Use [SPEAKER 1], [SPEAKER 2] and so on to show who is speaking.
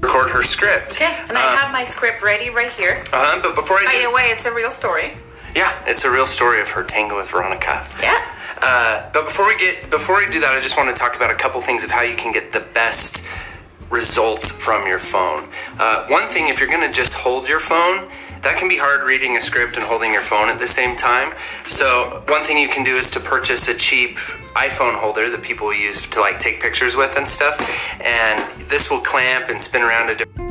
[SPEAKER 1] record her script.
[SPEAKER 2] Okay, and I have my script ready right here.
[SPEAKER 1] Uh-huh, but before I
[SPEAKER 2] By the
[SPEAKER 1] do,
[SPEAKER 2] way, it's a real story.
[SPEAKER 1] yeah, it's a real story of her tango with Veronica.
[SPEAKER 2] Yeah.
[SPEAKER 1] Uh, but before we get before we do that, I just want to talk about a couple things of how you can get the best result from your phone. Uh, one thing, if you're going to just hold your phone, that can be hard reading a script and holding your phone at the same time. So one thing you can do is to purchase a cheap iPhone holder that people use to like take pictures with and stuff, and this will clamp and spin around a different.